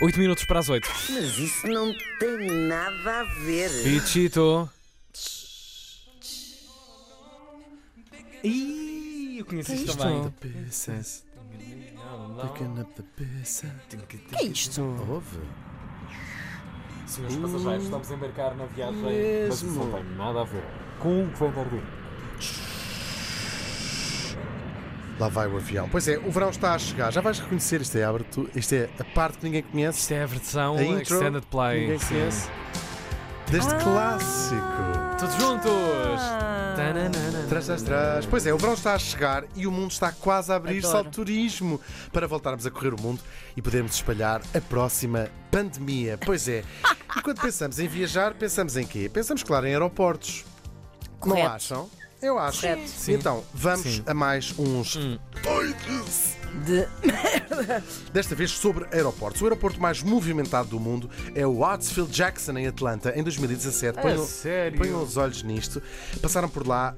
8 minutos para as 8. Mas isso não tem nada a ver. Pichito. Ih, eu conheço isto também. Pissas. Picking up the pissas. Que é isto? Ouve? Senhores passageiros, estamos a embarcar na viagem, mas isso não tem nada a ver com o que vem da Lá vai o avião. Pois é, o verão está a chegar. Já vais reconhecer isto é a abertura. Isto é a parte que ninguém conhece. Isto é a versão A intro. extended play. ninguém Sim. conhece. Deste clássico. Todos juntos! Tananana. Trás, trás, trás. Pois é, o verão está a chegar e o mundo está quase a abrir-se ao Adoro. turismo para voltarmos a correr o mundo e podermos espalhar a próxima pandemia. Pois é. E quando pensamos em viajar, pensamos em quê? Pensamos, claro, em aeroportos. Não Correto. acham? Eu acho. Correto. Hum. Sim. Então, vamos Sim. a mais uns. De... Desta vez sobre aeroportos. O aeroporto mais movimentado do mundo é o Hartsfield Jackson, em Atlanta, em 2017. Ponham- É. sério? Ponham os olhos nisto. Passaram por lá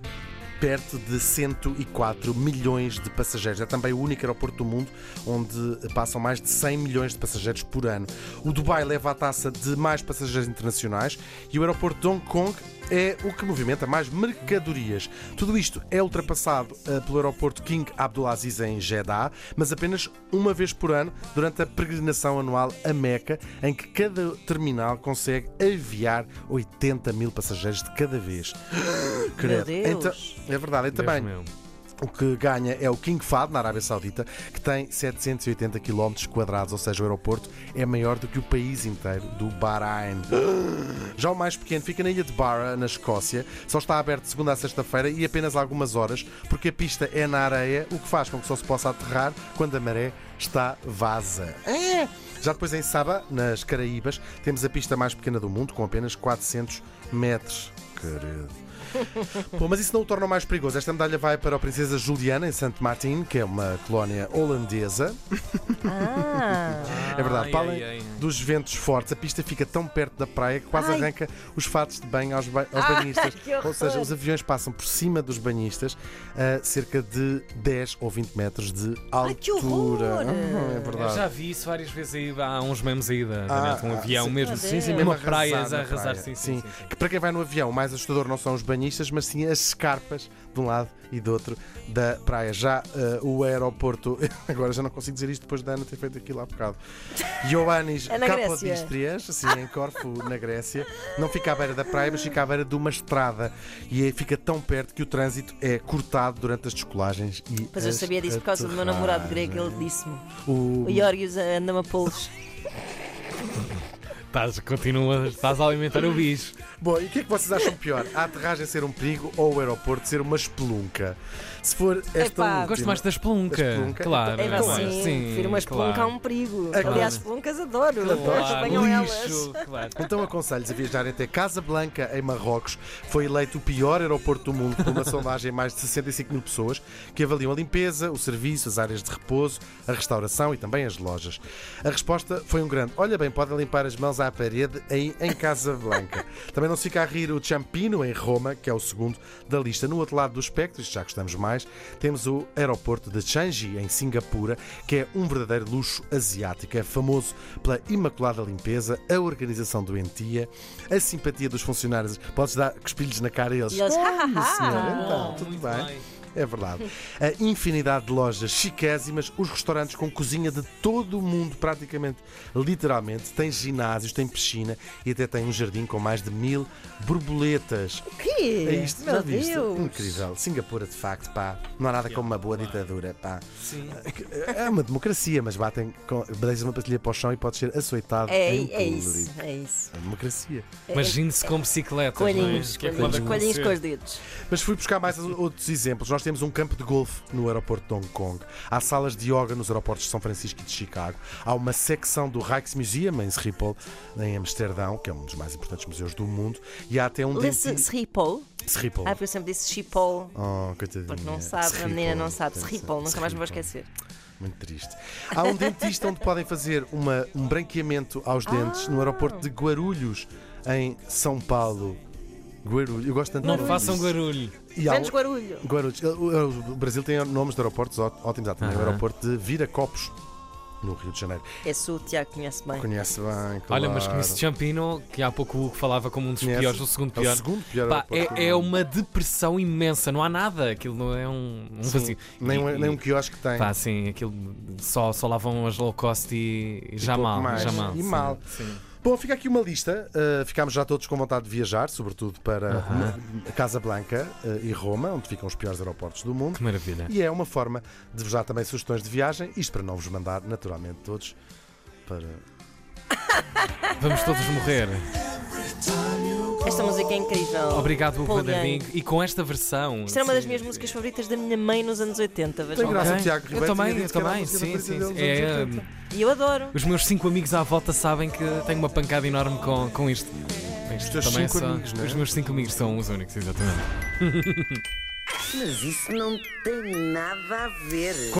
perto de 104 milhões de passageiros. É também o único aeroporto do mundo onde passam mais de 100 milhões de passageiros por ano. O Dubai leva a taça de mais passageiros internacionais e o aeroporto de Hong Kong é o que movimenta mais mercadorias. Tudo isto é ultrapassado eh, pelo aeroporto King Abdulaziz em Jeddah, mas apenas uma vez por ano durante a peregrinação anual a Meca, em que cada terminal consegue aviar 80 mil passageiros de cada vez. Credo. Deus. Então, é verdade, é também. Deus meu. O que ganha é o King Fahd, na Arábia Saudita, que tem 780 km, ou seja, o aeroporto é maior do que o país inteiro do Bahrein. Já o mais pequeno fica na ilha de Barra, na Escócia. Só está aberto de segunda a sexta-feira e apenas algumas horas, porque a pista é na areia, o que faz com que só se possa aterrar quando a maré está vaza. É. Já depois em Saba, nas Caraíbas, temos a pista mais pequena do mundo, com apenas 400 metros. Querido. Pô, mas isso não o torna mais perigoso. Esta medalha vai para a Princesa Juliana, em Santo Martin, que é uma colónia holandesa. É verdade, Ai, para além ai, ai. dos ventos fortes, a pista fica tão perto da praia que quase Ai. arranca os fatos de banho aos, ba- aos banhistas. que horror. Ou seja, os aviões passam por cima dos banhistas a cerca de 10 ou 20 metros de altura. que horror. Uhum, é Eu verdade. já vi isso várias vezes aí, há uns memes aí da, da Ah, net, um ah, avião sim. mesmo. Sim, sim, mesmo uma praia arrasar a na arrasar, praia. sim, sim, sim, sim. Que para quem vai no avião, o mais assustador não são os banhistas, mas sim as escarpas de um lado e do outro da praia. Já eh, o aeroporto, agora já não consigo dizer isto depois da Ana ter feito aquilo há bocado. Ioannis É na Grécia. Capodistrias, sim, em Corfu, na Grécia, não fica à beira da praia, mas fica à beira de uma estrada e aí fica tão perto que o trânsito é cortado durante as descolagens e Pois eu as sabia disso por causa do meu namorado grego, aterragens. ele disse-me. O- O Iorgios anda-me a polos. Estás, continuas, estás a alimentar o bicho. Bom, e o que é que vocês acham pior? A aterragem ser um perigo ou o aeroporto ser uma espelunca? Se for esta Epá, última, Gosto mais da espelunca. Da então, espelunca. Claro. É assim, Sim, prefiro uma espelunca claro. a um perigo. É claro. Aliás, espeluncas adoro. Claro, Venham elas. lixo, claro. Então aconselho-lhes a viajarem até Casablanca, em Marrocos. Foi eleito o pior aeroporto do mundo por uma sondagem a mais de 65 mil pessoas que avaliam a limpeza, o serviço, as áreas de repouso, a restauração e também as lojas. A resposta foi um grande: olha bem, podem limpar as mãos à parede aí em Casablanca. também não se fica a rir o Ciampino, em Roma, que é o segundo da lista. No outro lado do espectro, isto já gostamos mais, temos o aeroporto de Changi, em Singapura, que é um verdadeiro luxo asiático. É famoso pela imaculada limpeza, a organização doentia, a simpatia dos funcionários. Podes dar cuspilhos na cara a eles. E eles, "Olha, "Ah, senhora, ah, então, ah." tudo Muito bem. bem. É verdade. A infinidade de lojas chiquésimas, os restaurantes com cozinha de todo o mundo, praticamente, literalmente. Tem ginásios, tem piscina e até tem um jardim com mais de mil borboletas. Que? É isto, já Meu viste? Deus. Incrível. Singapura, de facto, pá. Não há nada como uma boa ditadura, pá. Sim. É uma democracia, mas batem com. Deixas uma pastilha para o chão e podes ser açoitado. É, em é público. isso, é isso. É democracia. Imagine-se com bicicletas. Coelhinhos, não é? O que é que pode coelhinhos, coelhinhos com os acontecer? dedos. Mas fui buscar mais outros exemplos. Nós temos um campo de golfe no aeroporto de Hong Kong. Há salas de yoga nos aeroportos de São Francisco e de Chicago. Há uma secção do Rijksmuseum em Schiphol, em Amsterdão, que é um dos mais importantes museus do mundo. E há até um Lê-se dentista... Sripol. Schiphol. Ah, porque eu sempre disse Sripol. Oh, coitadinha. Porque não sabe, a menina não sabe. Sripol, nunca mais me vou Schiphol. esquecer. Muito triste. Há um dentista onde podem fazer uma- um branqueamento aos dentes no aeroporto de Guarulhos, em São Paulo. Guarulhos. Eu gosto tanto Não de façam barulho. E há Menos um- Guarulho. eh, Guarulhos. O o- o Brasil tem nomes de aeroportos ó- ótimos. Há também o aeroporto de Viracopos. no Rio de Janeiro. Esse o Tiago conhece bem. Conhece bem, claro. Olha, mas Miss Champino, que há pouco o Hugo falava como um dos Conhece? piores, o segundo É o pior. segundo pior Pá, aeroporto do é, é mundo. uma depressão imensa, não há nada. Aquilo não é um, um Sim, vazio. Nem, um- E- nem um quiosque tem. Pá, sim, aquilo só, só lá vão as low cost e, e já pouco mal. mais. Já mal. E sim, mal. sim. Bom, fica aqui uma lista. Uh, ficámos já todos com vontade de viajar, sobretudo para uh, Casablanca uh, e Roma, onde ficam os piores aeroportos do mundo. Que maravilha. E é uma forma de vos dar também sugestões de viagem, isto para não vos mandar naturalmente todos para. Vamos todos morrer. Esta música é incrível. Obrigado, Hugo Paul Vanderding. Young. E com esta versão. Isto era uma das sim, minhas sim. músicas favoritas da minha mãe nos anos 80, Tem vejam. Ok. graça, o Tiago Ribeiro. Eu também, tinha eu dito que era a também, música sim, sim. preferida deles É, dos anos hum, 80. E eu adoro. os meus cinco amigos à volta sabem que tenho uma pancada enorme com, com isto. Isto teus também é cinco só- amigos, não é? Os meus cinco amigos são os únicos, exatamente. Mas isso não tem nada a ver.